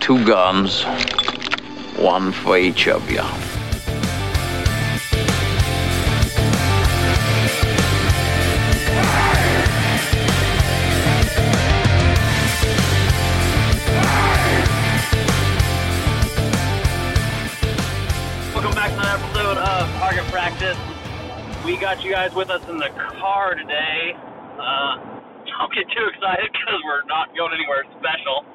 two guns, one for each of you. Welcome back to another episode of Target Practice. We got you guys with us in the car today. Uh, don't get too excited because we're not going anywhere special.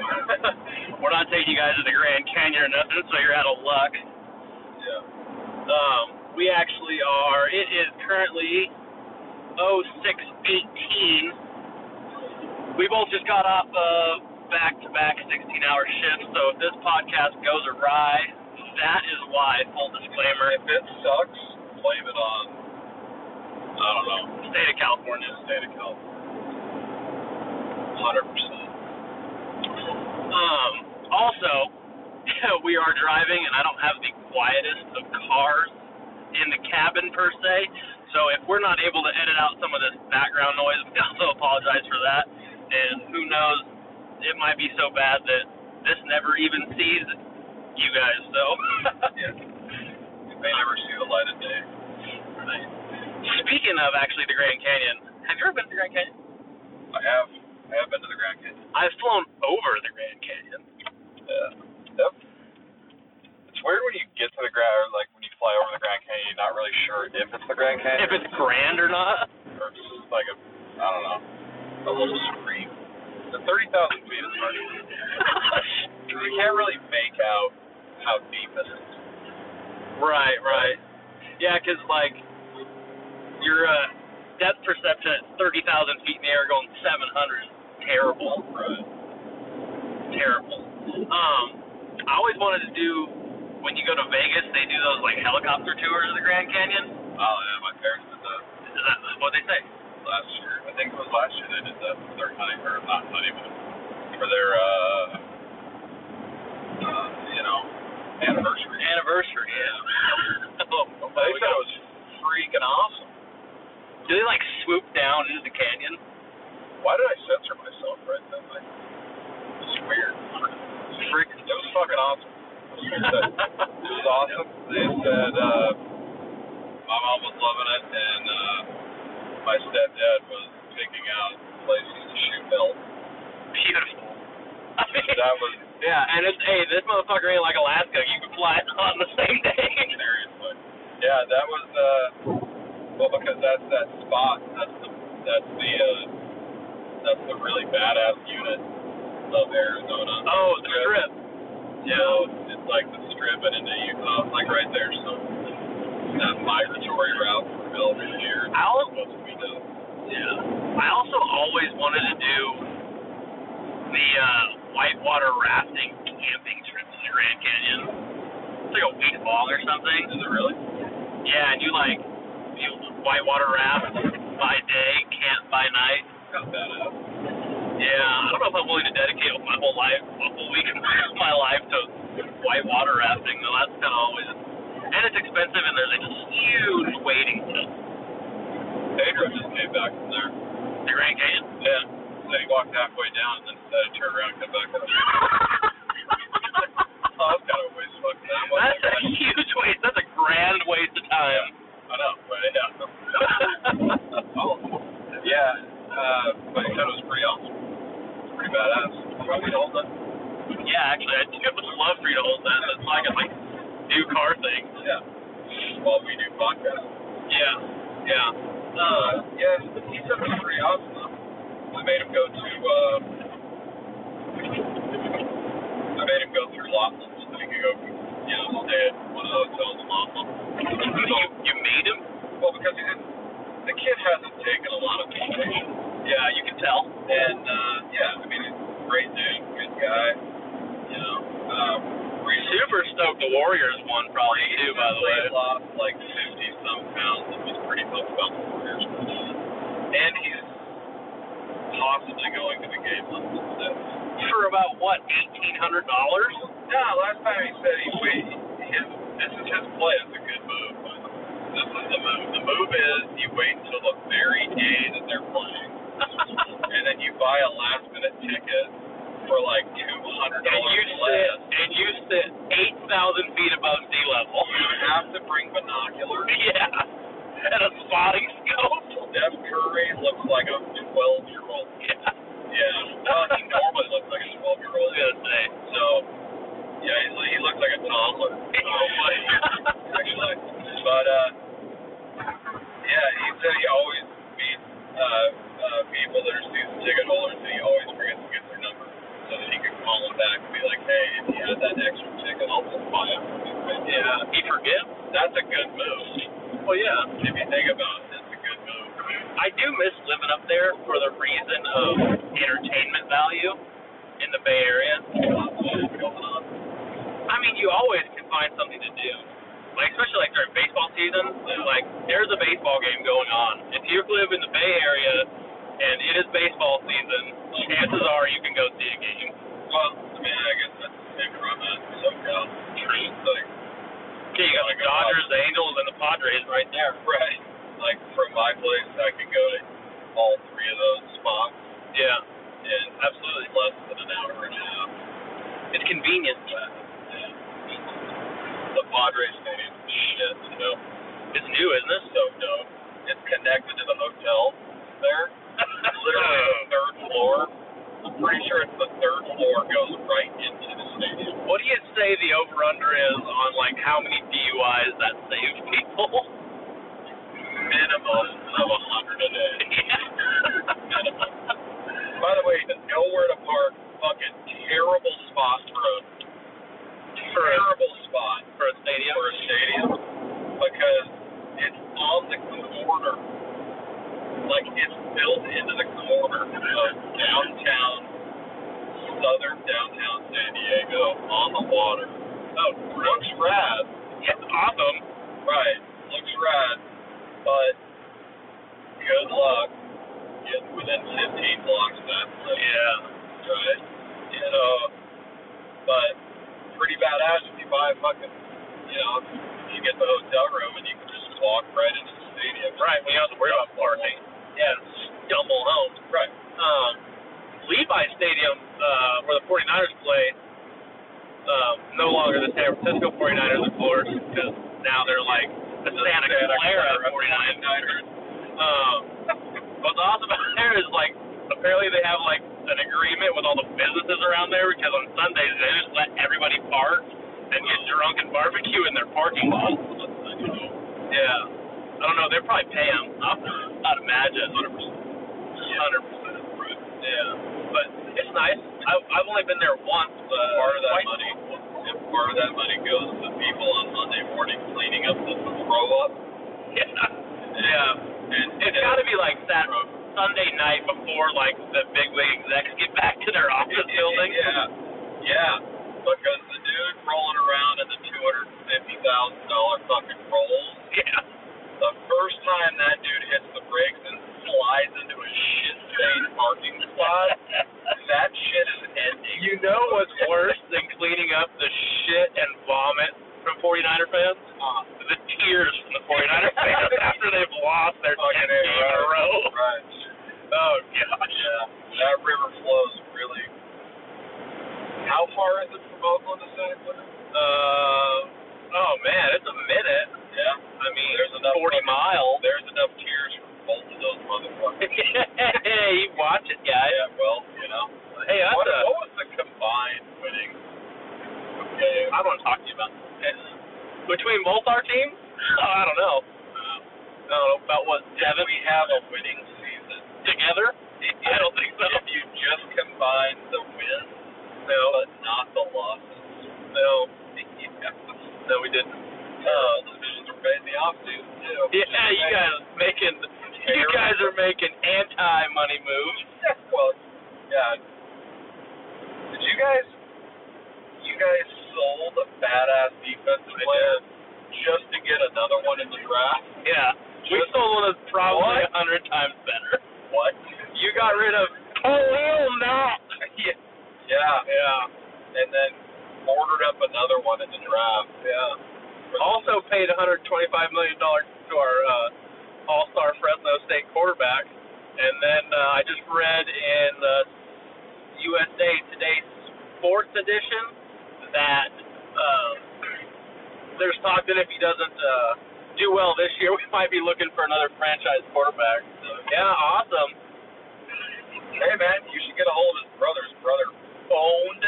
we're not taking you guys to the Grand Canyon or nothing, so you're out of luck. Yeah. Um, we actually are. It is currently 0618. We both just got off of back-to-back 16-hour shifts, so if this podcast goes awry, that is why. Full disclaimer. If it sucks, blame it on I don't know. State of California. State of California. Hundred percent. Um. Also, we are driving, and I don't have the quietest of cars in the cabin per se. So if we're not able to edit out some of this background noise, we also apologize for that. And who knows, it might be so bad that this never even sees you guys. So yeah, you may never see the light of day. Right. Speaking of actually the Grand Canyon, have you ever been to the Grand Canyon? I have. I have been to the Grand Canyon. I've flown over the Grand Canyon. Yeah. Yep. It's weird when you get to the ground, or like when you fly over the Grand Canyon, you're not really sure if it's the Grand If Canyon it's grand or not. or if it's just like a, I don't know, a little scream. The 30,000 feet is hard. You can't really make out how deep it is. right. Right. Yeah, 'cause like your uh, depth perception at thirty thousand feet in the air going seven hundred is terrible. Right. terrible. Um, I always wanted to do when you go to Vegas, they do those like helicopter tours of the Grand Canyon. Oh yeah, my parents did that Is that what they say? last year. I think it was last year they did that for their honey or not honeymoon, for their uh, uh, you know, anniversary. Anniversary. Yeah. oh, They said it was freaking awesome. Do they like swoop down into the canyon? Why did I censor myself right then? Like, it's weird. Freak. It was fucking awesome. It was awesome. They said uh, my mom was loving it, and uh, my stepdad was picking out places to shoot elk. Beautiful. I mean, That was yeah, and it's hey, this motherfucker ain't like Alaska. You can fly on the same day. seriously. Yeah, that was uh, well because that's that spot. That's the that's the uh, that's the really badass unit of Arizona. oh, the trip. Yeah, it's like the strip and into Utah, it's like right there. So that migratory route for Bill this year is I'll supposed to be done. Yeah. I also always wanted to do the uh, whitewater rafting camping trip to the Grand Canyon. It's like a week long or something. Is it really? Yeah, and you like you whitewater raft by day, camp by night. Not badass. Yeah, I don't know if I'm willing to dedicate my whole life, a whole week of my life to whitewater rafting though. That's kind of always, and it's expensive, and there's a huge waiting list. Pedro just came back from there. The Grand Canyon. Yeah. Said he walked halfway down and then decided to turn around and come back up. oh, that's kind of a waste of fucking time. That's a huge waste. That's a grand waste of time. I know, but yeah. oh, yeah. Uh, but he said it was pretty awesome. It's pretty badass. Probably all done. Yeah, actually, I do would love for you to hold that. That's like a like new car thing. Yeah. While we do podcasts. Yeah, yeah. Uh, yeah, he said it was pretty awesome. though. I made him go to, uh, I made him go through Laughlin so he could go, you know, stay at one of the hotels in Laughlin. You you made him? Well, because he didn't, the kid hasn't taken a lot of vacation. Yeah, you can tell. And, uh, yeah, I mean, he's a great dude, good guy, you know, um, recently Super stoked the Warriors won probably too. By the way, he lost like 50 some pounds and was pretty pumped about the Warriors. And he's possibly going to the game on the sixth. for about what eighteen hundred dollars? No, last time he said he wait his this is his play, it's a good move. but This is the move. The move is you wait until the very day that they're playing. and then you buy a last minute ticket for like two hundred And dollars. you Steph Curry looks like a 12 year old. Yeah. Yeah, well, he normally looks like a 12 I year old. was gonna say. So, yeah, he's, he looks like a toddler. So, like, actually, but uh, yeah, he said he always meets uh, uh, people that are season ticket holders, and he always forgets to get their number, so that he can call them back and be like, hey, if you had that extra ticket, I'll just buy it. for you." But, Yeah, He forgives. that's a good move. Well, yeah. If you think about it, it's a good move. I do miss living up there for the reason of entertainment value in the Bay Area. Lots of shit going on. I mean, you always can find something to do. Like especially like during baseball season, like there's a baseball game going on. If you live in the Bay Area and it is baseball season, chances are you can go see a game. Well, I mean, I guess that's the same around that SoCal tree thing. Okay, you got the Dodgers, the Angels, and the Padres right there. Right. Like from my place, I could go to all three of those spots Yeah, in absolutely less than an hour and a half. it's convenient. And the Padres Stadium is shit, you know. It's new, isn't it? So dope. It's connected to the hotel there. It's literally on the third floor. I'm pretty sure it's the third floor goes right into the stadium. What do you say the over under is on like how many DUIs that saves people? Minimum of a hundred a day. By the way, the nowhere to park, fucking terrible spot for a for a terrible spot for a stadium. for a stadium because it's on the corner. Like it's built into the corner of downtown, southern downtown San Diego, on the water. Oh, looks rad, It's awesome. right? Looks rad, but good luck getting within 15 blocks of that place Yeah. right? You know, but pretty badass if you buy a fucking, you know, you get the hotel room and you can just walk right into the stadium. Right, we don't have to worry about parking. Yes. Stumble home. Right. Um, Levi Stadium, uh, where the 49ers play, um, no longer the San Francisco 49ers, of course, because now they're like the Santa Clara 49ers. Um, what's awesome about there is like apparently they have like an agreement with all the businesses around there because on Sundays they just let everybody park and get drunk and barbecue in their parking lot. Yeah, I don't know. They probably pay them. I'd imagine. Hundred percent. Hundred percent. Yeah, but it's nice. I, I've only been there once, but Part of that twice. money, if part of that money goes to people on Monday morning cleaning up the throw up, Yeah. yeah. and It's got to be like that Sunday night before like the big league execs get back to their office building. Yeah, yeah. Because the dude rolling around in the two hundred fifty thousand dollar fucking rolls Yeah. The first time that dude hits the brakes and slides into a shit stained parking spot, that shit is ending. You know what's worse than cleaning up the shit and vomit from 49er fans? Uh, The tears from the 49er fans after they've lost their 10th Fucking A, game in a right. row. right. Oh gosh. Yeah. That river flows really. How far is it from Oakland to Santa Clara? Uh, oh man, it's a minute. Yeah. I mean, There's enough 40 fucking- miles. There's enough tears from both of those motherfuckers. hey, watch it, guys. yeah. Well, you know. Hey, that's what, a- what was the combined winning? Okay. I don't want to talk to you about this. Between both our teams? Oh, I don't know. I don't know about what Did seven we have a winning season? together. I don't think so. If you just combine the wins, no, but not the losses, no, no, we didn't. Uh, the divisions were made in the offseason too. Yeah, you guys making you guys are making anti money moves. Well, yeah. Did you guys? You guys sold a badass defensive player just to get another one in the draft. Yeah, we Just- sold one that's probably What? a hundred times better. What? You got rid of Khalil Mack. yeah. Yeah. Yeah. And then ordered up another one in the draft. Yeah. Also paid 125 million dollars to our uh, All Star Fresno State quarterback, and then uh, I just read in the USA Today Sports edition that um, there's talk that if he doesn't uh, do well this year, we might be looking for another franchise quarterback. So, yeah, awesome. Hey man, you should get a hold of his brother's brother. Phoned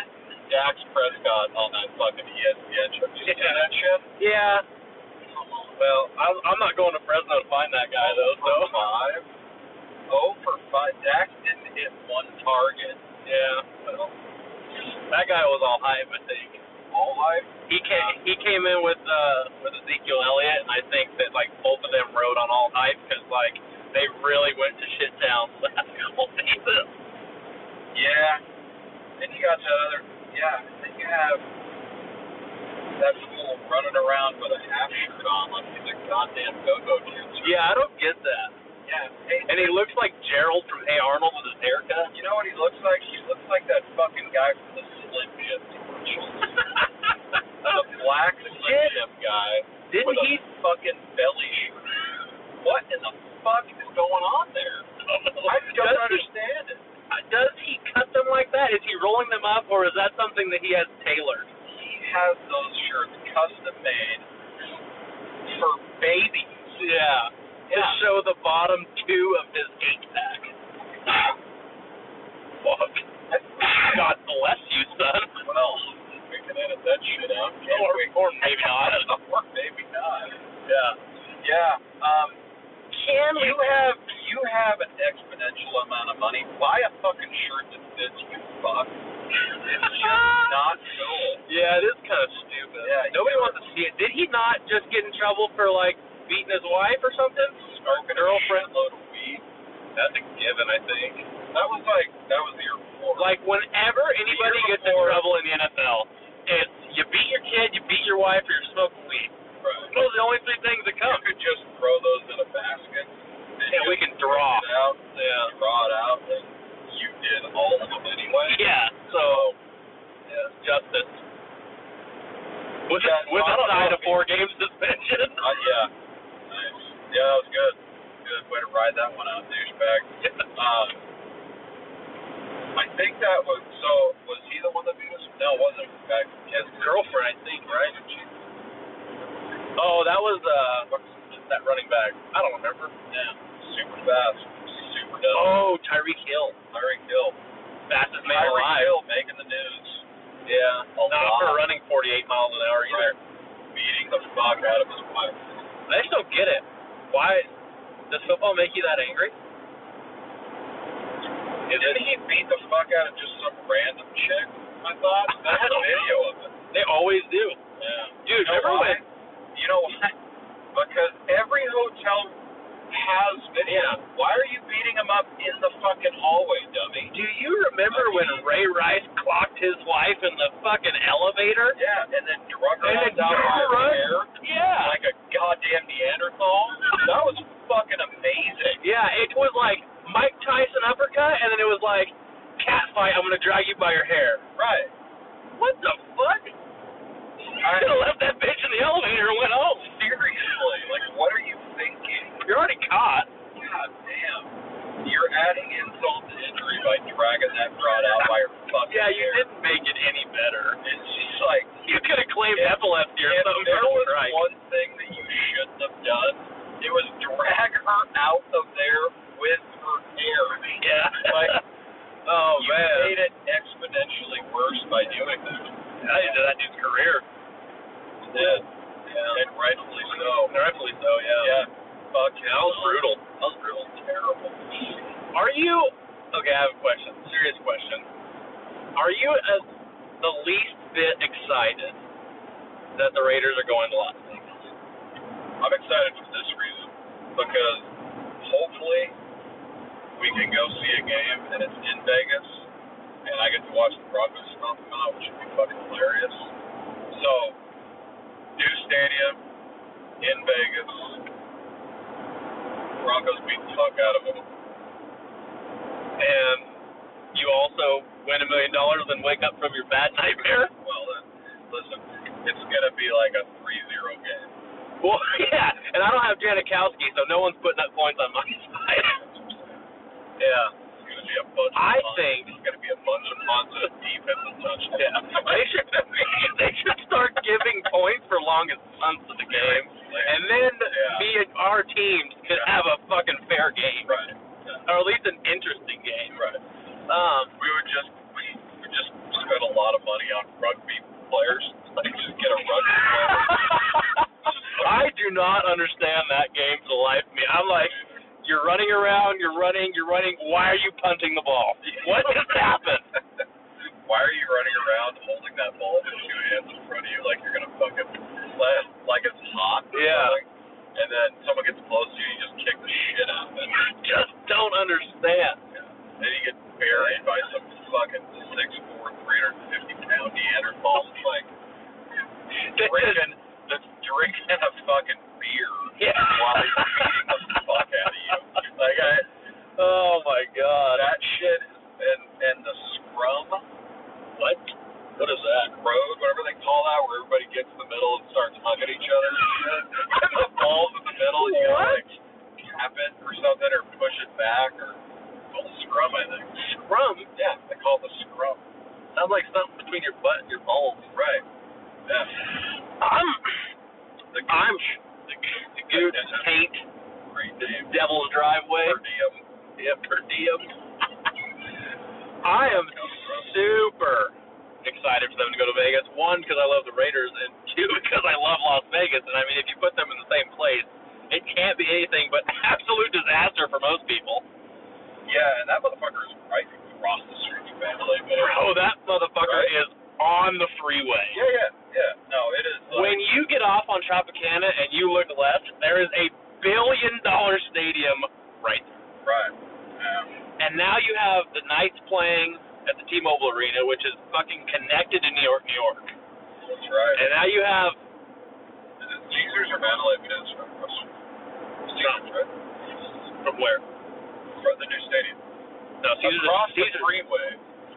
Dax Prescott on that fucking E ESPN show. Did you see that shit? Yeah. Well, I'm, I'm not going to Fresno to find that guy though. So. for five. Oh for five. Dax didn't hit one target. Yeah. Well, That guy was all hype, I think. all I He came he came in with uh with Ezekiel Elliott, and I think that like both of them rode on all hype because like they really went to shit town the last couple seasons. Yeah. Then you got that other. Yeah. Then you have that fool running around with a half shirt on like he's a goddamn go-go dancer. Yeah, I don't get that. Yeah. Hey, And he looks like Gerald from Hey Arnold with his haircut. you know what he looks like? He looks like that fucking guy from the Slim Jim commercial. the black Slim Shit. Jim guy Didn't with he? a fucking belly shirt. What in the fuck is going on there? I don't does he- Uh, understand it. Does he cut them like that? Is he rolling them up, or is that something that he has tailored? He has those shirts custom made for babies. Yeah. To Yeah. show the bottom two of his eight pack. Fuck. God bless you, son. Well, we can edit that shit out. can't Or, we? or maybe not. I don't know. Or maybe not. Yeah. Yeah. Um, Can we? you have you have an exponential amount of money. Buy a fucking shirt that fits you, fuck. It's just not cool. Yeah, it is kind of stupid. Yeah, Nobody you- wants to see it. Did he not just get in trouble for like beating his wife or something? Smoking Girlfriend. a load of weed. That's a given, I think. That was like that was the year before. Like whenever anybody Year gets in before. trouble in the NFL, it's you beat your kid, you beat your wife, or you're smoking weed. right. Those are the only three things that you count. could just throw those in a basket. And Yeah, we just can draw. It out, Yeah. Draw it out, and you did all of them anyway. Yeah. So Yeah. justice. With, Yeah, with a I don't side know of if four game suspension. Uh, yeah. Nice. Yeah, that was good. Good way to ride that one out, douchebag. Um, I think that was so. Was he the one that beat us? No, it wasn't. Back his girlfriend, I think, right? oh, that was uh, what's that running back? I don't remember. Yeah. Super fast. Super dumb. Oh, Tyreek Hill, Tyreek Hill. fastest man Tyreek alive. Hill making the news. Yeah, A not lot. for running 48 miles an hour either. Right. Beating the fuck out of his wife. I just don't get it. Why does football make you that angry? Didn't he beat the fuck out of just some random chick? I thought. That's a video of it. They always do. Yeah. Dude, You know remember when? why? You know why? Because every hotel has video. Yeah. Why are you beating him up in the fucking hallway, dummy? Do you remember when Ray Rice clocked his wife in the fucking elevator? Yeah, and then drug her And out then down by drug her her up? hair Yeah. like a goddamn Neanderthal. that was fucking amazing. Yeah, it was like Mike Tyson uppercut, and then it was like cat fight. I'm gonna drag you by your hair. Right. What the fuck? I I- should have left that bitch in the elevator and went home. Seriously, like, what are you thinking? You're already caught. God damn. You're adding insult to injury by dragging that broad out by her fucking Yeah, you hair. didn't make it any better. And she's like, You could have claimed If- epilepsy or if something there for the was strike. one thing that you shouldn't have done, it was drag her out of there with her hair. Yeah. Like, oh you man, made it exponentially worse by doing that. that ended that dude's career. You did. And rightfully so. Rightfully so. Yeah. Fuck Yeah, that was brutal. That was brutal. Terrible. Are you okay? I have a question. Serious question. Are you as the least bit excited that the Raiders are going to Las Vegas? I'm excited for this reason because hopefully we can go see a game and it's in Vegas and I get to watch the Broncos stomp them out, which would be fucking hilarious. So, new stadium in Vegas. Broncos beat the fuck out of them. And you also win a million dollars and wake up from your bad nightmare. Well, then, listen, it's gonna be like a 3-0 game. Well, yeah, and I don't have Janikowski, so no one's putting up points on my side. Yeah, it's gonna be be a bunch. Of I months. think- it's going to be a bunch of months of defensive touchdowns. They should they should start giving points for longest runs of the game, and then Yeah. me and our teams could have a fucking fair game, right, or at least an interesting game. right. Um, We would just we we just spent a lot of money on rugby players. Like just get a rugby player. I do not understand that game for the life of me. I'm like, you're running around, you're running, you're running. Why are you punting the ball? What just happened? Why are you running around holding that ball with two hands in front of you like you're gonna fucking let like it's hot? or Yeah. something? And then someone gets close to you, you just kick the shit out of it, I just don't understand. and you get buried by some fucking six four, three hundred and fifty pound Neanderthal that's like They just- drinking that's drinking a fucking beer Yeah. while he's beating the fuck out of you. Like I Oh my god. that shit and and the scrum. What? What is that? Road, whatever they call that, where everybody gets in the middle and starts hugging each other and shit. And the ball's in the middle, you gotta like tap it or something or push it back or it's called a scrum, I think. Scrum Yeah, they call it the scrum. sounds like something between your butt and your balls. Right. Yeah. I'm, The I'm, the, the dude, paint great the name. devil's driveway. Per diem. Yeah, per diem. I am super excited for them to go to Vegas. One, because I love the Raiders, and two, because I love Las Vegas. And I mean, if you put them in the same place, it can't be anything but absolute disaster for most people. Yeah, and that motherfucker is right across the street from family. but- Bro, that motherfucker is Right. on the freeway. Yeah, yeah, yeah. No, it is. uh, Like, When you get off on Tropicana and you look left, there is a billion dollar stadium right there. Right. Um, And now you have the Knights playing at the T Mobile Arena, which is fucking connected to New York, New York. that's right. And now you have Is it Caesars or Mandalay Peninsula? Caesars, right? from where? From the new stadium. No, Caesars Across is Caesars, the freeway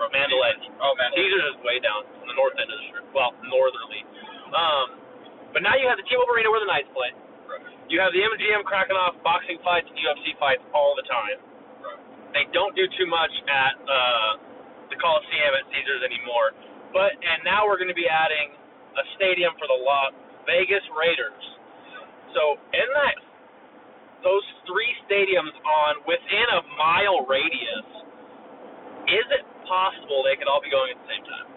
from Mandalay. Caesars. Oh, Mandalay. Caesars is way down on the north end of the strip. Well, northerly. Um, but now you have the T Mobile Arena where the Knights play. Right. You have the MGM cracking off boxing fights and UFC fights all the time. Right. they don't do too much at uh, the Coliseum at Caesars anymore. But and now we're going to be adding a stadium for the Las Vegas Raiders. So in that those three stadiums on within a mile radius, is it possible they could all be going at the same time?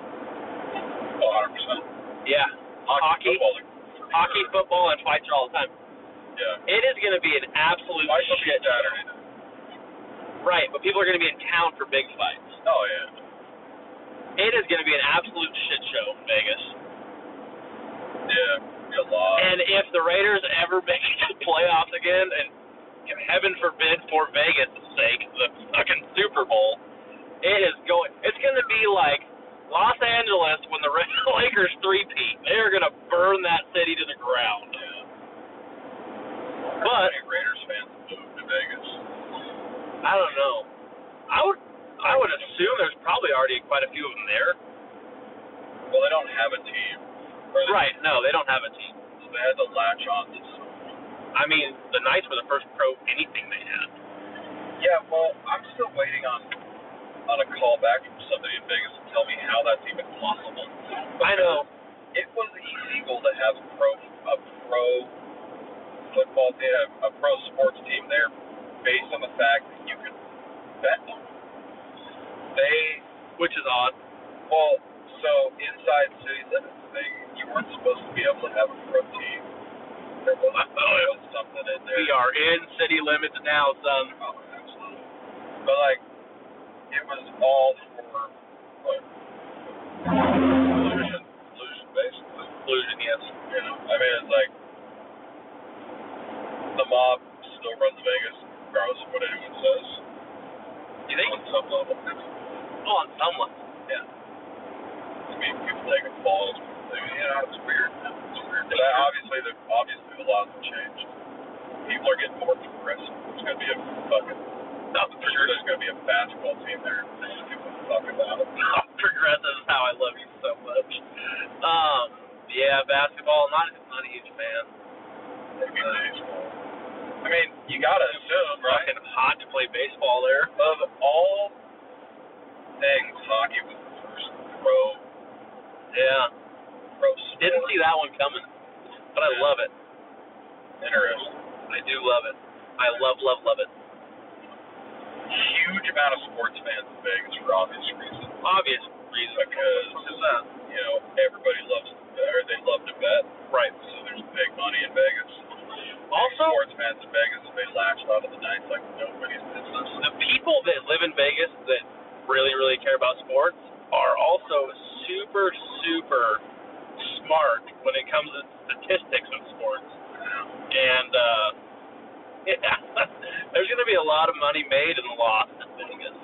Oh, 100%. Yeah, Hockey. Football, like, for hockey, sure. football, and fights are all the time. Yeah. It is going to be an absolute Might be shit Saturday. night. Right, but people are going to be in town for big fights. Oh, yeah. It is going to be an absolute shit show in Vegas. Yeah. Be a lot. And if the Raiders ever make it to the playoffs again, and heaven forbid for Vegas' sake, the fucking Super Bowl, it is going. It's going to be like Los Angeles when the Ra- Lakers three-peat. They are going to burn that city to the ground. How But many Raiders fans moved to Vegas? I don't know. I would. I would assume there's probably already quite a few of them there. Well, they don't have a team. Or they- Right? No, they don't have a team. So they had to latch on to some I mean, the Knights were the first pro anything they had. Yeah, well, I'm still waiting on on a call back from somebody in Vegas to tell me how that's even possible. I know. It was illegal to have a pro a pro football team, a, a pro sports team there, based on the fact that you could bet them. They which is odd. well, so inside city limits, they you weren't supposed to be able to have a pro team. There was, there was something in there. We are in city limits now, son. Oh, absolutely. But like, it was all for what? Illusion, illusion, basically. Illusion, yes. You know, I mean, it's like the mob still runs Vegas, regardless of what anyone says. You think? On some level, Oh, on someone. yeah. I mean, people taking falls. people taking- You know, it's weird. It's weird. But I- obviously, the obviously the laws have changed. People are getting more progressive. There's gonna be a fucking. Not for sure. There's gonna be a basketball team there. People talk about it. Oh, progressive is how I love you so much. Um, yeah, basketball. Not not a huge fan. Maybe baseball. I mean, you gotta assume, right? Fucking hot to play baseball there. Of all things, hockey was the first pro Yeah. pro sport. Didn't see that one coming, but I Yeah. love it. Interesting. I do love it. I love, love, love it. Huge amount of sports fans in Vegas for obvious reasons. Obvious reason. Because uh, you know everybody loves to bet, or they love to bet, right? So there's big money in Vegas. Also, sports fans in Vegas they latch onto the nights like nobody's business. the people that live in Vegas that really, really care about sports are also super, super smart when it comes to statistics of sports. And uh, yeah, there's going to be a lot of money made and lost in Vegas.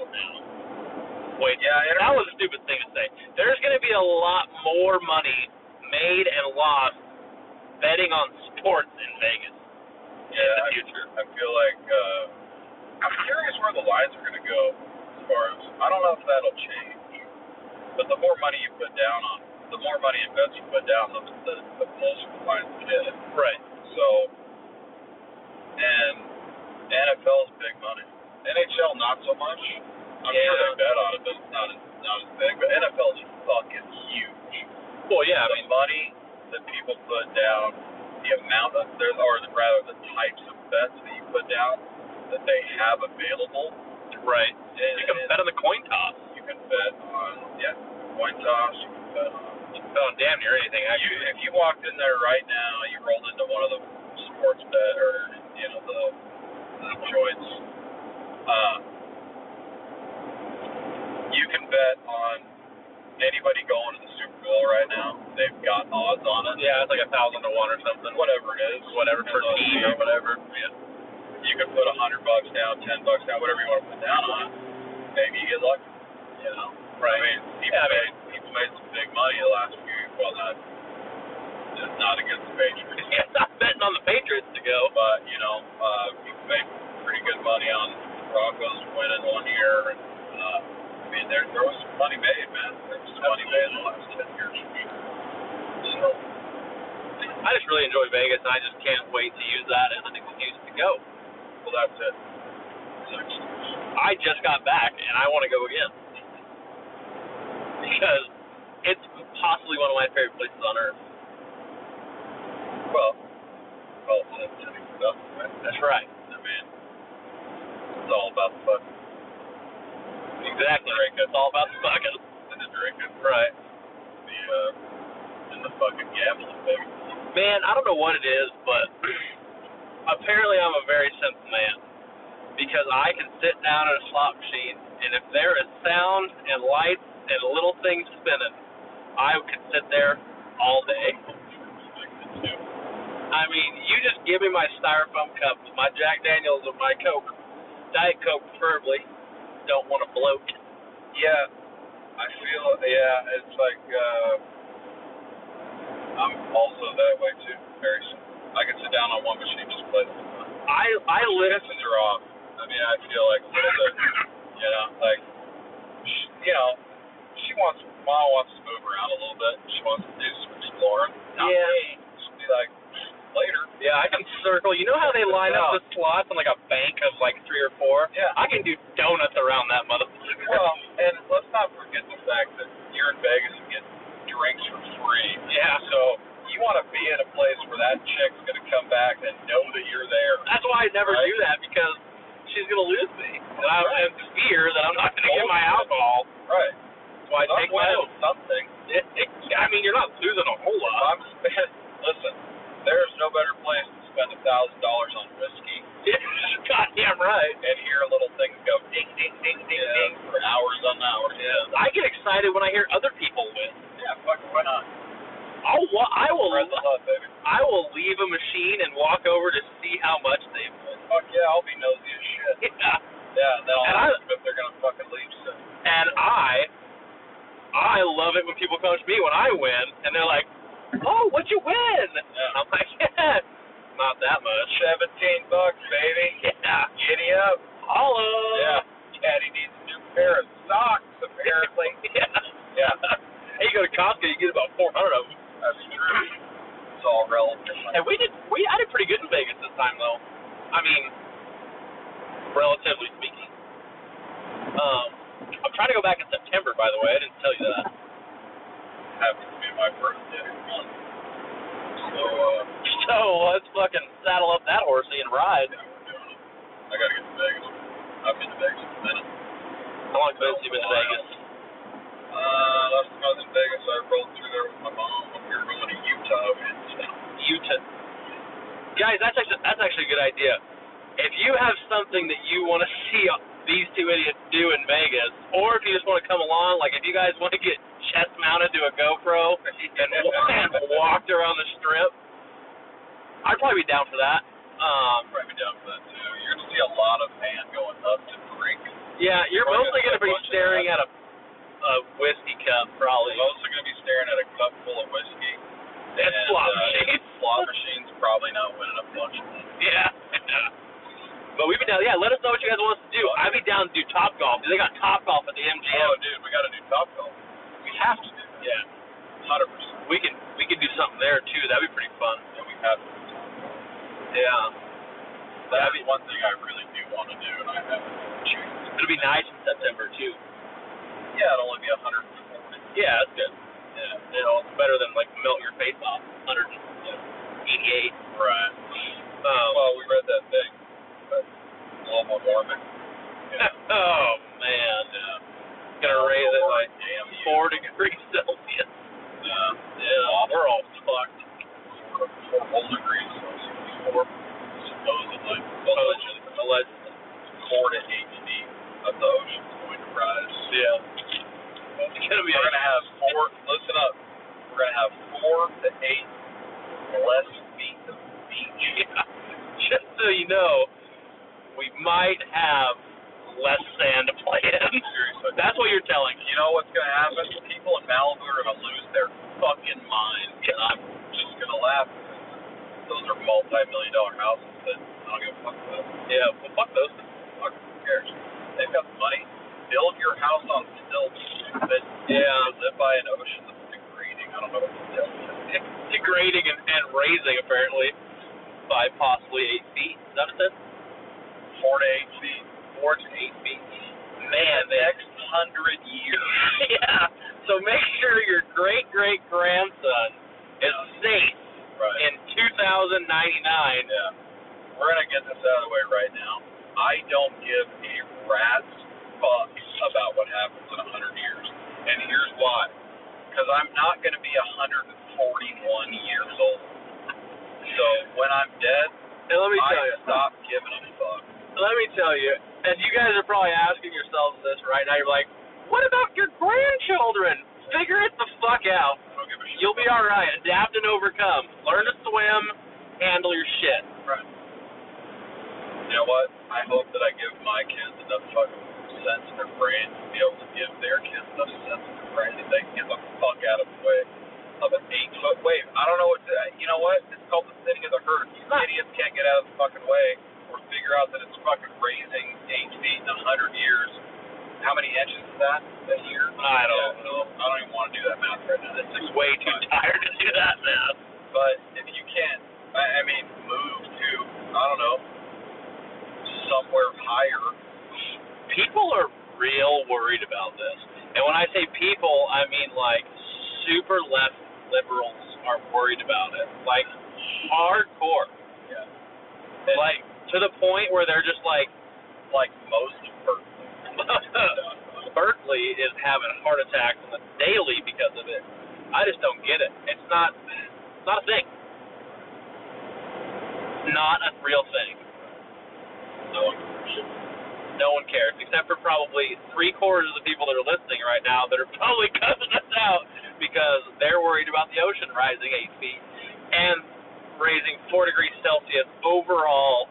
Wait, Yeah, I that was a stupid thing to say. There's going to be a lot more money made and lost betting on sports in Vegas in Yeah, the I, future. I feel like uh, I'm curious where the lines are going to go as far as I don't know if that'll change, but the more money you put down on, the more money and bets you put down, the the, the closer the lines get. Right. So, and NFL's big money. NHL not so much. I'm sure Yeah. they bet on it, but it's not as, not as big. But NFL's fucking huge. Well, yeah, I the mean, money that people put down, the amount of there or the, rather the types of bets that you put down that they have available. right. And, You can bet on the coin toss. you can bet on yeah, coin toss. You can bet on. Oh, damn near anything. You, if you walked in there right now, you rolled into one of the sports bet or you know the the joints. Uh, you can bet on anybody going to the Super Bowl right now. They've got odds on it. Yeah, it's like a thousand to one or something. whatever it is, Whatever per Depends on team the or whatever. Yeah. You can put a hundred bucks down, ten bucks down, whatever you want to put down on it. Maybe you get lucky. You know. Right. I mean, people Yeah, I mean- made people made some big money the last few. Well, not just not against the Patriots, Yeah, I'm betting on the Patriots to go. but you know, uh, people made pretty good money on the Broncos winning one year. And, uh, I mean, there there was some money made, man. There was some money made in the last ten years. So I just really enjoy Vegas, and I just can't wait to use that as an excuse to go. well, that's it. So, I just got back, and I want to go again because it's possibly one of my favorite places on earth. Well, well, that's it. That's right. That's right. I mean, it's all about the fuck. Exactly. Drink it. It's all about the bucket. And the drinking. Right. The, uh, and the fucking gambling thing. Man, I don't know what it is, but apparently I'm a very simple man because I can sit down at a slot machine, and if there is sound and lights and little things spinning, I could sit there all day. I mean, you just give me my styrofoam cup, my Jack Daniels, and my Coke, Diet Coke preferably. Don't want to bloat. Yeah, I feel, yeah, it's like, uh, I'm also that way too. Very simple. I can sit down on one machine and just play the whole time. I I live Chances are off. I mean, I feel like a little bit, you know, like, sh you know, she wants, mom wants to move around a little bit. She wants to do some exploring. Not Yeah. me. She'll be like, later. Yeah, I can circle. You know how they line up Yeah. the slots in like a bank of like three or four? Yeah. I can do donuts around that motherfucker. Well, Um, and let's not forget the fact that you're in Vegas and get drinks for free. yeah. So you want to be in a place where that chick's going to come back and know that you're there. That's why I never Right. do that because she's gonna lose me. And I Right. have fear that I'm not gonna get my alcohol. Right. So I I'm take my winning something. I mean, you're not losing a whole lot. I'm spend, listen, there's no better place to spend a thousand dollars on whiskey Goddamn right. and hear little things go ding ding ding ding Yeah. ding for hours on hours. Yeah. I get excited when I hear other people win. Yeah, fuck it, why not? I'll wa- I will Spread the love, baby. I will leave a machine and walk over to see how much they've won. Fuck yeah, I'll be nosy as shit. Yeah. Yeah, and then And I'll I- ask them if they're gonna fucking leave soon. And I, I love it when people come to me when I win, and they're like, "Oh, what'd you win?" Yeah. I'm like, "Yeah, not that much." Seventeen bucks, baby. Yeah, Giddy up. holla. Yeah. Caddy needs a new pair of socks apparently. yeah. yeah, Hey, you go to Costco, you get about 400 of them. that's true. It's all relative. And we did, we I did pretty good in Vegas this time though. I mean, relatively speaking. Um, I'm trying to go back in September, by the way. I didn't tell you that. Happens to be my birthday month. So, uh, So let's fucking saddle up that horsey and ride. yeah, we're doing it. I gotta get to Vegas. I've been to Vegas in a minute. How long since you been to Vegas? Uh, last time I was in Vegas, I rolled through there with my mom. We were going to Utah. And, Utah. Guys, that's actually that's actually a good idea. If you have something that you want to see these two idiots do in Vegas, or if you just want to come along, like if you guys want to get chest mounted to a GoPro and, and walked around the strip, I'd probably be down for that. Um, probably down for that too. You're gonna see a lot of man going up to drink. yeah, you're Probably mostly gonna gonna be get a bunch of staring at a, a whiskey cup, probably. I'm also gonna be staring at a cup full of whiskey. And uh, slot machines. Slot machines probably not winning a bunch of them. Yeah. But we've been down. Yeah, let us know what you guys want us to do. I'd be down to do top golf. They got top golf at the MGM. Oh, dude, we gotta do top golf. We have to do that. Yeah, Hundred percent. we can we can do something there too. That'd be pretty fun. Yeah, we have. To. Yeah, That'd be one thing I really do want to do, and I haven't chosen. it'll be nice in September too. Yeah, it'll only be 140. Yeah, that's good. Yeah, you know, it's better than like melt your face off. 188. Right. Um, Well, we read that thing, but a little more warming. oh man, uh, gonna raise it like damn four degrees Celsius. Uh, Yeah, we're all fucked. four whole degrees Celsius. Four, supposedly. Allegedly, allegedly. four to eight feet of the ocean's going to rise. Yeah, it's gonna be We're going to have four, listen up, we're going to have four to eight less feet of beach. Yeah. Just so you know, we might have less sand to play in. Seriously. That's what you're telling us. You know what's going to happen? People in Malibu are going to lose their fucking mind. And I'm just going to laugh because those are multi-million dollar houses that I don't give a fuck about. Yeah, well, fuck those. Fuck, who cares? They've got the money. Build your house on stilts. But Yeah. live by an ocean that's degrading. I don't know what to tell you. Degrading and, and raising, apparently, by possibly eight feet. Is that what it says? Four to eight feet. Four to eight feet. Man, Man, the they next hundred years. yeah. So make sure your great great grandson is safe Right. in 2099. yeah. We're gonna get this out of the way right now. I don't give a rat's fuck about what happens in a hundred years, and here's why. Because I'm not gonna be 141 years old. So when I'm dead, And let me I tell you. stop giving a fuck. let me tell you, and you guys are probably asking yourselves this right now. You're like, what about your grandchildren? Figure it the fuck out. I don't give a shit. You'll be all right. Adapt and overcome. Learn to swim. Handle your shit. Right. You know what? I hope that I give my kids enough fucking sense in their brain to be able to give their kids enough sense in their brain that they can get the fuck out of the way of an eight foot wave. I don't know what to, you know what? It's called the thinning of the herd. These idiots can't get out of the fucking way or figure out that it's fucking raising eight feet in a hundred years. How many inches is that a year? I don't yeah, know. I don't even want to do that math right now. That's I'm just way too tired to do that, man. but if you can't, I, I mean, move to, I don't know, somewhere higher. People are real worried about this. And when I say people, I mean like super left liberals are worried about it. Like hardcore. Yeah. And Like like, to the point where they're just like, like most Berkeley. Berkeley is having heart attacks on the daily because of it. I just don't get it. It's not it's not a thing. Not a real thing. no one should- No one cares, except for probably three quarters of the people that are listening right now that are probably cussing us out because they're worried about the ocean rising eight feet and raising four degrees Celsius overall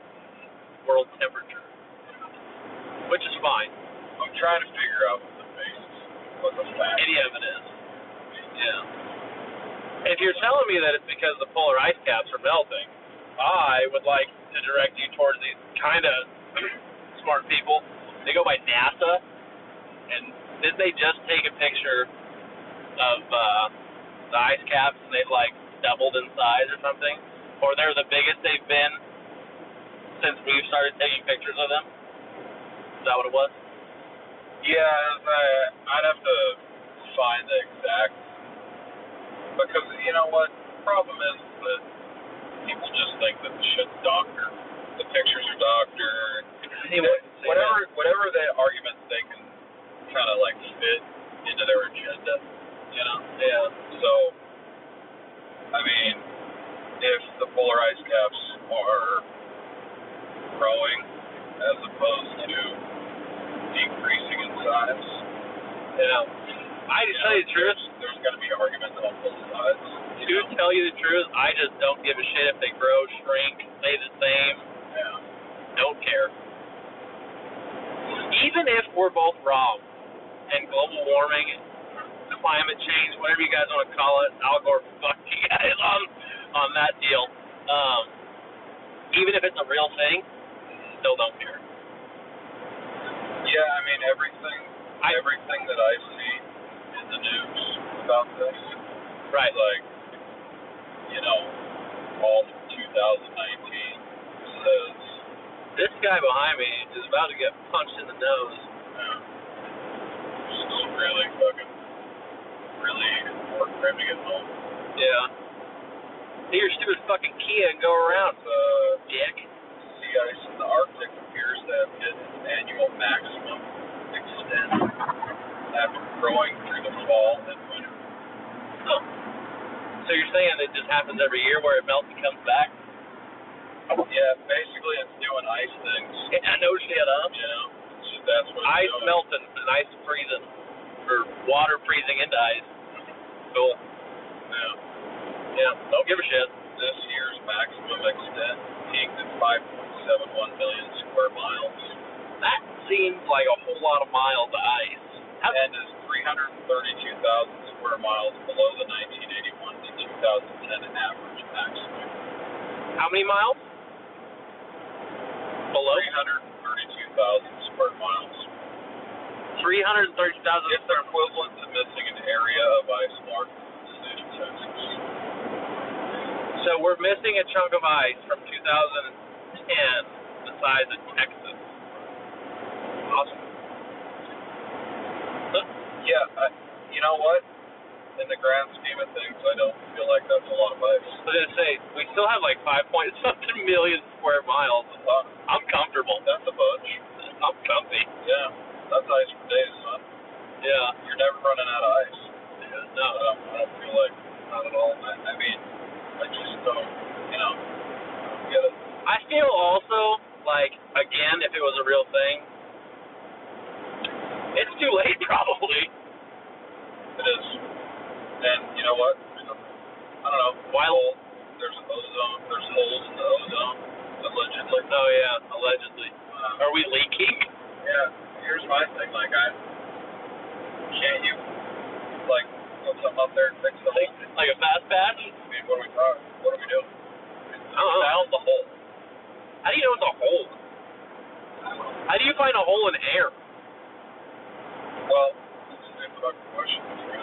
world temperature, which is fine. I'm trying to figure out what the basis, what the fact any of it is. Yeah. If you're telling me that it's because the polar ice caps are melting, I would like to direct you towards these kind of smart people. They go by NASA, and did they just take a picture of uh, the ice caps and they've like doubled in size or something? Or they're the biggest they've been since we've started taking pictures of them? Is that what it was? Yeah, I, I'd have to find the exact because you know what the problem is that people just think that the shit's doctor, the pictures are doctor. They wouldn't say whatever whatever the arguments they can kind of like fit into their agenda, you know. Yeah. So, I mean, if the polarized caps are growing as opposed to decreasing in size, yeah. I to tell you the truth, There's going to be arguments on both sides. to tell you the truth, I just don't give a shit if they grow, shrink, stay the same. Yeah. Don't care. Even if we're both wrong, and global warming, climate change, whatever you guys want to call it, Al Gore fucked you guys on on that deal. Um, even if it's a real thing, still don't care. Yeah, I mean everything. I- everything that I see in the news about this Right. is like, you know, all from 2019 says, This guy behind me is about to get punched in the nose. uh, still really fucking, really important for him to get home. Yeah. Get your stupid fucking Kia and go around, Uh, dick. sea ice in the Arctic appears to have hit its annual maximum extent after growing through the fall and winter. Huh. So you're saying it just happens every year where it melts and comes back? Yeah, basically it's doing ice things. Yeah, no shit, huh? You know, it's just, that's what it's Ice doing. melting and ice freezing, or water freezing into ice. Cool. Mm-hmm. Yeah, Yeah. don't give a shit. This year's maximum extent peaked at 5.71 million square miles That seems like a whole lot of miles of ice. How, and is 332,000 square miles below the 1981 to 2010 average maximum. how many miles? Below 332,000 square miles. 330,000. It's equivalent to missing an area of ice marked in the state of Texas. So we're missing a chunk of ice from 2010, the size of Texas. Awesome. Yeah, I, you know what? In the grand scheme of things, I don't feel like that's a lot of ice. I was gonna say we still have like five point something million square miles. Uh, I'm comfortable. that's a bunch. I'm comfy. Yeah, that's ice for days, son. Yeah. You're never running out of ice. No. I don't, I don't feel like not at all. I, I mean, I just don't, you know, I don't get it. I feel also like again, if it was a real thing, it's too late probably. It is. And you know what? I don't know. Why- Well, there's ozone. There's holes in the ozone. Allegedly. Oh yeah, allegedly. Uh, Are we leaking? Yeah, here's my thing. Like, I can't you like put something up there and fix the hole? Like a fast patch? I mean, what are we talking? What are we doing? Uh-uh. Found the hole. How do you know it's a hole? How do you find a hole in air? Well, it's a good fucking question.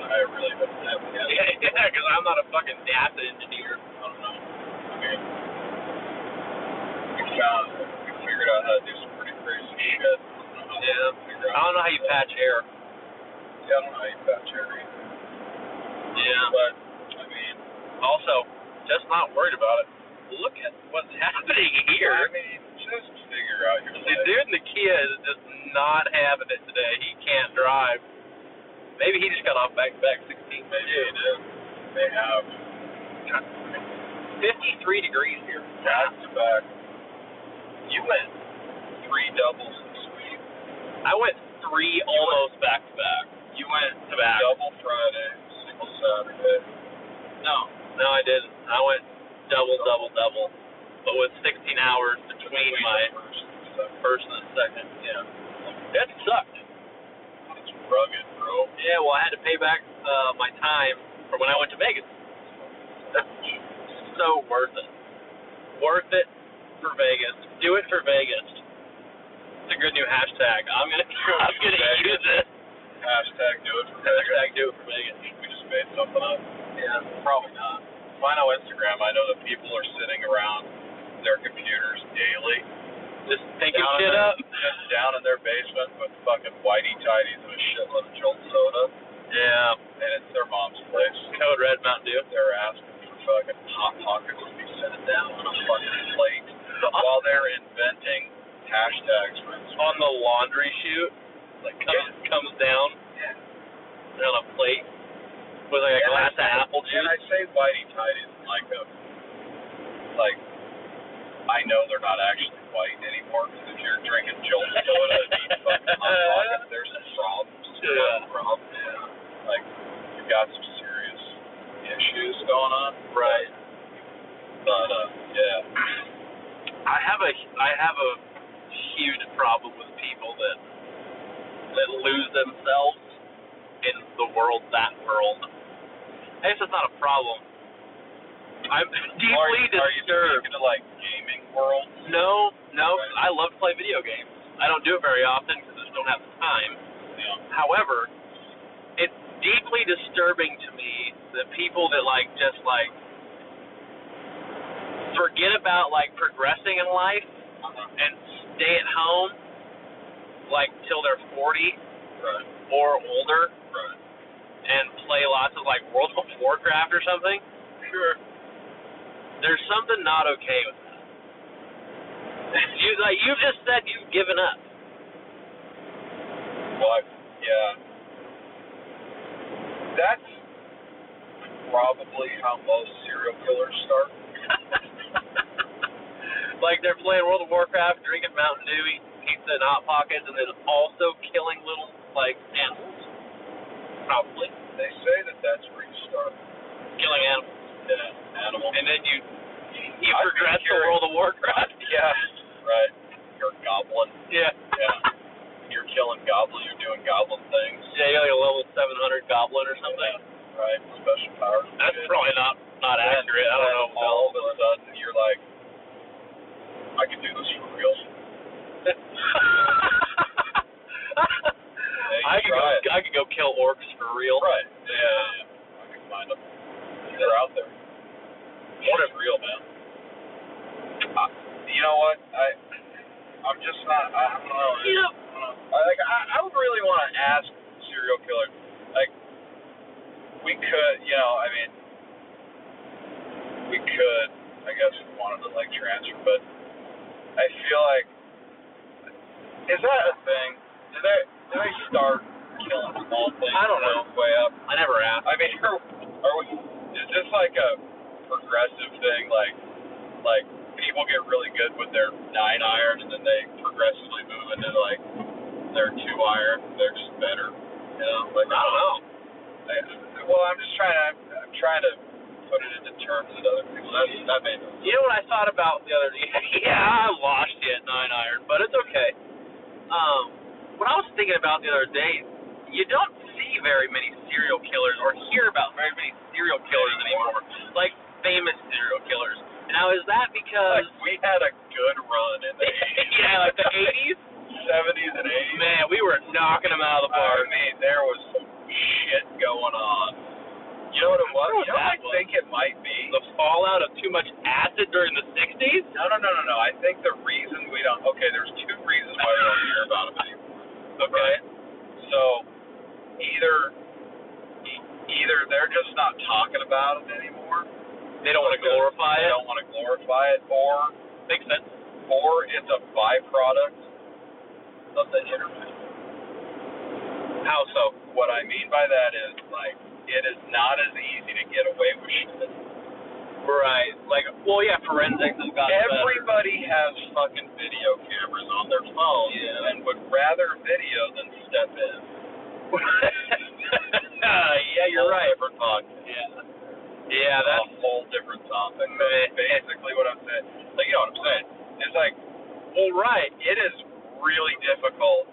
I really don't have the answer. Yeah, because I'm not a fucking NASA engineer. I don't know. I mean, we found, we figured out how to do some pretty crazy shit. Yeah. I don't know how you patch air. Yeah, I don't know how you patch air either. Yeah. But I mean, Also, just not worried about it. Look at what's happening I here. mean, just figure out your. The dude in the Kia is just not having it today. He can't drive. Maybe he just got off back back 16. Maybe it is. They have 53 degrees here. back to back. You went three doubles this week. I went three almost back to back. You went To back. double Friday, single Saturday. No, no, I didn't. I went double, double, double, but with 16 hours between my first and second. first and second. Yeah. That sucked. It's rugged, bro. Yeah, well, I had to pay back uh, my time from when I went to Vegas. That's so worth it. Worth it for Vegas. Do it for Vegas. It's a good new hashtag. I'm gonna I'm gonna Vegas. use it. Hashtag do it for Vegas. Hashtag do it for Vegas. We just made something up. Yeah. Probably not. Find on Instagram. I know that people are sitting around their computers daily just taking down in shit their, up. Just down in their basement with fucking whitey tidies and a shitload of Jolt soda, Yeah, and it's their mom's place. Code Red Mountain Dew. They're asking for fucking hot pockets to be sent down on a fucking plate while they're inventing hashtags for On the laundry chute, like comes, comes down on a plate with like a And glass of I say- apple And I juice. say whitey tidies like a like I know they're not actually white anymore because if you're drinking Jolt soda and eating fucking hot pockets, there's some problems. some Yeah. problems. Like you've got some serious issues going on. Right. But uh, yeah. I have a I have a huge problem with people that that lose themselves in the world that world. I guess it's not a problem. I'm deeply are, you- are you disturbed. speaking to like gaming world? No, no, I Right. love to play video games. I don't do it very often because I just don't have the time. Yeah. However, it's deeply disturbing to me that people that like just like forget about like progressing in life and stay at home like till they're 40 Right. or older Right. and play lots of like World of Warcraft or something. Sure. There's something not okay with that. You like you've just said you've given up. Well, I, yeah. That's probably how most serial killers start. like they're playing World of Warcraft, drinking Mountain Dew, eating pizza and hot pockets, and then also killing little like animals. Probably They say that that's where you start. killing animals, Yeah, animal. and then you you I'd be progress to curious. World of Warcraft. Yeah. Right. You're a goblin. yeah, Yeah. you're killing goblin. You're doing goblin things. yeah, you're like a level 700 goblin or something. Yeah, right. Special powers. That's Good. probably not not accurate. I don't know. And All of a sudden, you're like, I can do this for real. I could go. try it. I could go kill orcs for real. Right. Yeah. I can find them. They're out there. What is real, man? I, Uh, you know what? I I'm just not. I, I don't know. Yep. I, like I, I would really want to ask serial killer. Like we could, you know. I mean, we could. I guess if we wanted to like transfer, but I feel like is that a thing? Do they do they start killing small things? I don't know. Way up. I never asked. I mean, are, are we? Is this like a progressive thing? Like, like people get really good with their nine iron, and then they progressively move into like their two iron. They're just better. You know, like I don't know. I, well, I'm just trying. I'm, I'm trying to put it into terms that other people. That that made. You know what I thought about the other day? yeah, I lost it nine iron, but it's okay. Um, what I was thinking about the other day, you don't see very many serial killers or hear about very many serial killers anymore, like famous serial killers. Now, is that because Like we had a good run in the yeah, like the '80s? 70s and 80s. Man, we were knocking them out of the I park. mean, there was some shit going on. You know what it was? I don't know what You know what I that was. think it might be? The fallout of too much acid during the '60s. No, no, no, no, no. I think the reason we don't. Okay, there's two reasons why we don't hear about him anymore. Okay. Right? So either e- either they're just not talking about it anymore. They don't want to glorify They it. don't want to glorify it, or Makes sense. or it's a byproduct of the internet. How so? What I mean by that is like it is not as easy to get away with shit. Right. Like, well, yeah, forensics has gotten better. Everybody has fucking video cameras on their phone Yeah. and would rather video than step in. yeah, you're right. Different podcast. Yeah. Yeah, that's that's a whole different topic. That's basically what I'm saying. Like you know what I'm saying? It's like well, right. it is really difficult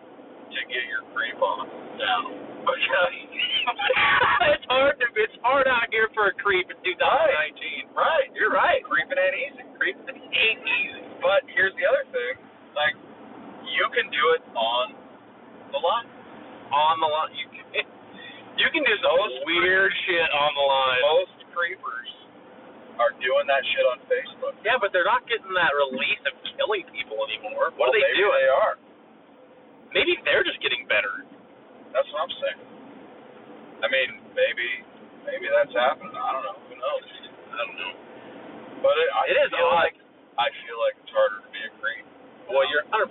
to get your creep on now. it's hard to it's hard out here for a creep in 2019. right. You're right. Creeping ain't easy. Creeping ain't easy. But here's the other thing. Like you can do it on the line. On the line, you can you can do some Those weird shit on the line. Most creepers are doing that shit on Facebook. Yeah, but they're not getting that release of killing people anymore. What well, are they maybe doing? They are. Maybe they're just getting better. That's what I'm saying. I mean, maybe maybe that's happening. I don't know. Who knows? I don't know. But it, I It is feel odd. like I feel like it's harder to be a creep. Well, you're 100%.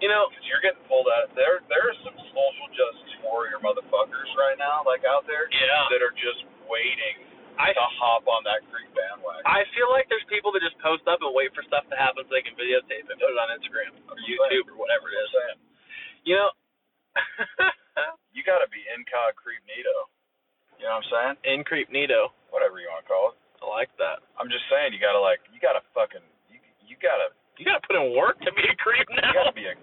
You know, because you're getting pulled out. There there are some social justice warrior motherfuckers right now, like out there, yeah. that are just waiting I to hop on that creep bandwagon. I feel like there's people that just post up and wait for stuff to happen so they can videotape it, put it on Instagram or That's YouTube or whatever it is. You know, You got to be incog creepnito. You know what I'm saying? in creep neato. Whatever you want to call it. I like that. I'm just saying you got to like you got to fucking you you got to You gotta put in work to be a creep you got now. to be a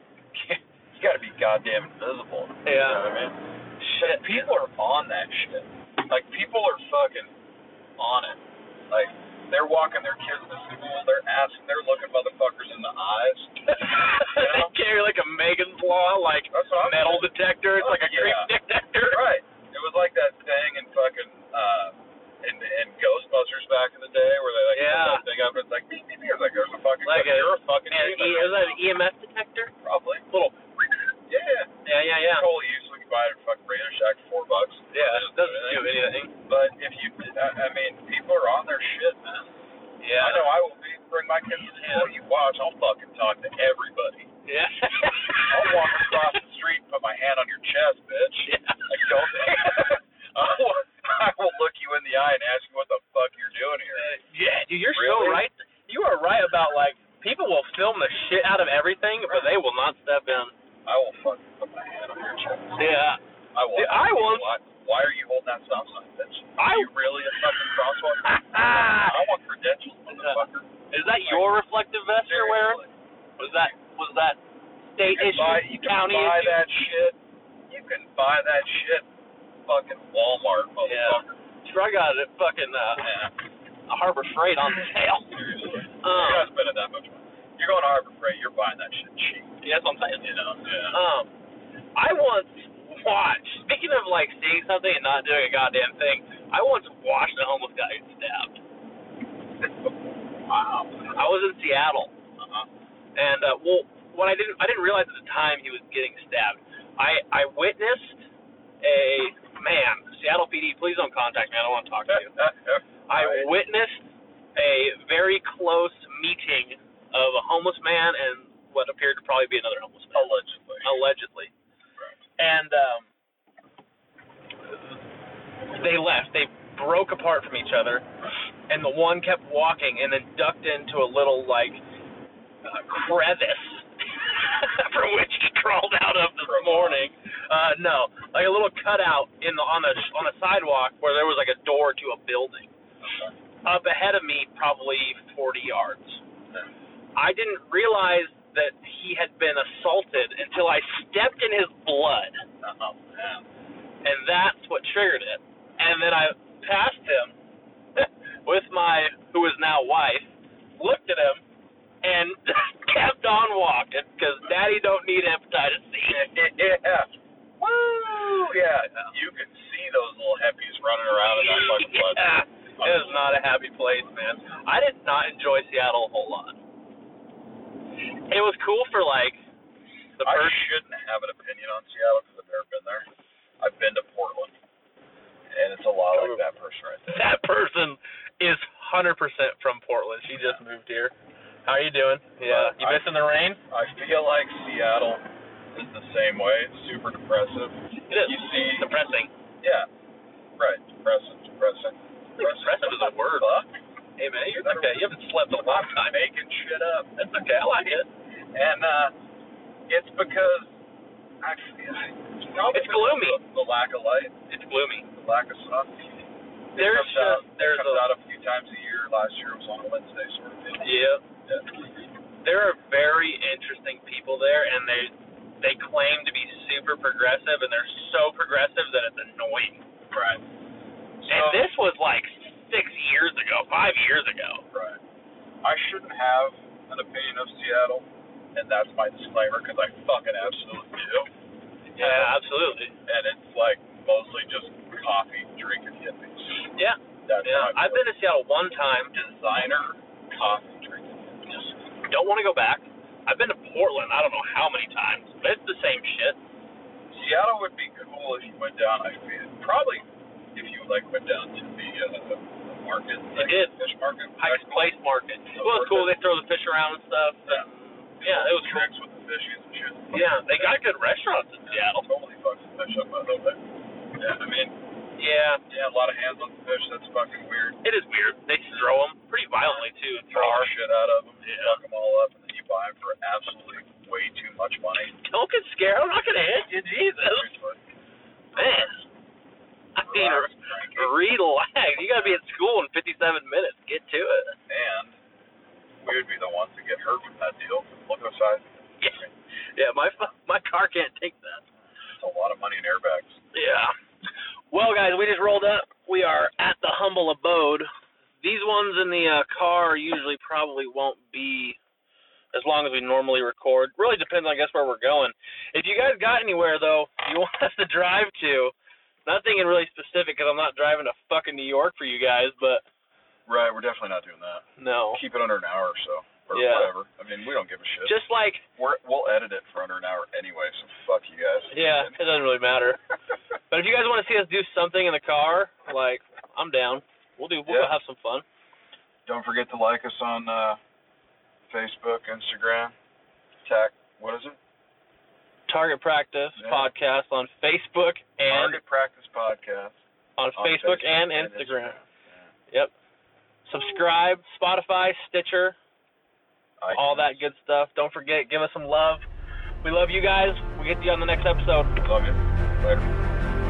you got to be goddamn invisible. You know Yeah. what I mean? Shit. Shit, people are on that shit. Like people are fucking on it. Like they're walking their kids to school, they're asking, they're looking motherfuckers in the eyes. they carry like a Megan's Law, like That's what I'm metal detector. It's like a Yeah. creep detector. Right. It was like that thing in fucking uh in in Ghostbusters back in the day where they like Yeah. put that thing up and it's like beep beep beep it's like there's a fucking Like a- you're a fucking And E- demon right is that an now. EMS detector? probably. Little. Yeah. Yeah, yeah, yeah. Totally useful. You can buy it at fucking Radio Shack for four bucks. Yeah, it Doesn't do doesn't do anything. anything. But if you I, I mean, people are on their shit, man. I Yeah. know I will be bring my kids to school. You watch, I'll fucking talk to everybody. Yeah. I'll walk across the street, put my hand on your chest, bitch. Yeah. Like don't. I will, I will look you in the eye and ask you what the fuck you're doing here. Yeah, dude, you're Really? so right. You are right about like people will film the shit out of everything, but they will not step in. I will fucking put my hand on your chest. Yeah. I will. Dude, I ask you, once- Why, why are you holding that stop sign, bitch? I Are you really a fucking crosswalk? I want credentials, motherfucker. Is that your reflective vest you're wearing? Seriously. Was that was that You state can issue, buy, you can county buy issue? that shit. You can buy that shit. Fucking Walmart, motherfucker. Sure, I got it at fucking uh, Yeah. Harbor Freight on sale. Seriously. You're Um, not spending that much money. You're going to Harbor Freight, you're buying that shit cheap. yeah, that's what I'm saying. You know? Yeah. Um, I once watched. Speaking of like seeing something and not doing a goddamn thing, I once watched a homeless guy get stabbed. Wow. I was in Seattle, Uh-huh. and uh, well, what I didn't I didn't realize at the time he was getting stabbed. I I witnessed a man. Seattle PD, please don't contact me. I don't want to talk to you. I Right. witnessed a very close meeting of a homeless man and what appeared to probably be another homeless man, Allegedly. allegedly. And um, they left. They broke apart from each other, and the one kept walking and then ducked into a little like uh, crevice from which he crawled out of this morning. Uh, no, like a little cutout in the on the on the sidewalk where there was like a door to a building. Up ahead of me, probably 40 yards. I didn't realize that he had been assaulted until I stepped in his blood, Uh-huh. Yeah. and that's what triggered it. And then I passed him with my who is now wife, looked at him, and kept on walking because Daddy don't need hepatitis C. yeah. Woo! Yeah. You can see those little heppies running around in that fucking blood. yeah. It is not a happy place, man. I did not enjoy Seattle a whole lot. It was cool for like the I first. shouldn't have an opinion on Seattle because I've never been there. I've been to Portland, and it's a lot like that person right there. that person is 100% from Portland. She just moved here. How are you doing? Yeah. You missing the rain? I feel like Seattle is the same way. It's super depressive. It is. You see, Depressing. yeah, right. Depressive, depressing. Depressive is a word. Fuck. Hey man, you're okay. You haven't slept in a long time. Making shit up, That's okay. I like it. and uh, it's because I feel probably It's gloomy. The, the lack of light, It's gloomy. the lack of sun. It There's comes out, just there's it comes a out a few times a year. Last year it was on a Wednesday, sort of deal. yeah. Yeah. There are very interesting people there, and they they claim to be super progressive, and they're so progressive that it's annoying. Right. And this was like six years ago, five years ago. right. I shouldn't have an opinion of Seattle, and that's my disclaimer because I fucking absolutely do. Yeah, absolutely. And it's like mostly just coffee drinking hippies. Yeah. That's Yeah, Yeah, I've been to Seattle one time. designer concentrated. Don't want to go back. I've been to Portland. I don't know how many times, but it's the same shit. Seattle would be cool if you went down. I mean, probably if you like went down to the uh, market, like did. fish market. Pike's Place Market. It was cool. They throw the fish around and stuff. Yeah. Yeah, it was cool. tricks with the fishies and shit. Yeah, they got good restaurants in Seattle. Seattle totally fucks the fish up. I love that. Yeah, I mean, Yeah, yeah, a lot of hands on the fish. That's fucking weird. it is weird. They throw them pretty violently too. and Throw Throw the them. shit out of them, Yeah. fuck them all up, and then you buy them for absolutely way too much money. Don't get scared. I'm not gonna hit you, Jesus. Seriously. Man, I mean, Relax, re- crank it. relax. You gotta be at school in 57 minutes. Get to it. and we would be the ones to get hurt with that deal. Look how size Yeah, yeah. My fu- my car can't take that. it's a lot of money in airbags. Yeah. Well, guys, we just rolled up. We are at the humble abode. These ones in the uh, car usually probably won't be as long as we normally record. Really depends, I guess, where we're going. If you guys got anywhere though, you want us to drive to. Not thinking really specific because I'm not driving to fucking New York for you guys, but Right, we're definitely not doing that. no. Keep it under an hour or so, or Yeah. whatever. I mean, we don't give a shit. Just like we're, we'll edit it for under an hour anyway, so fuck you guys. yeah, it doesn't really matter. But if you guys want to see us do something in the car, like I'm down. We'll do. We'll Yeah. have some fun. don't forget to like us on uh, Facebook, Instagram, Tac. What is it? Target Practice Yeah. podcast on Facebook and Target Practice Podcast on on Facebook, and Instagram. Yep. Subscribe, Spotify, Stitcher, iTunes. all that good stuff. Don't forget, give us some love. We love you guys. We'll get to you on the next episode. Love you. Later.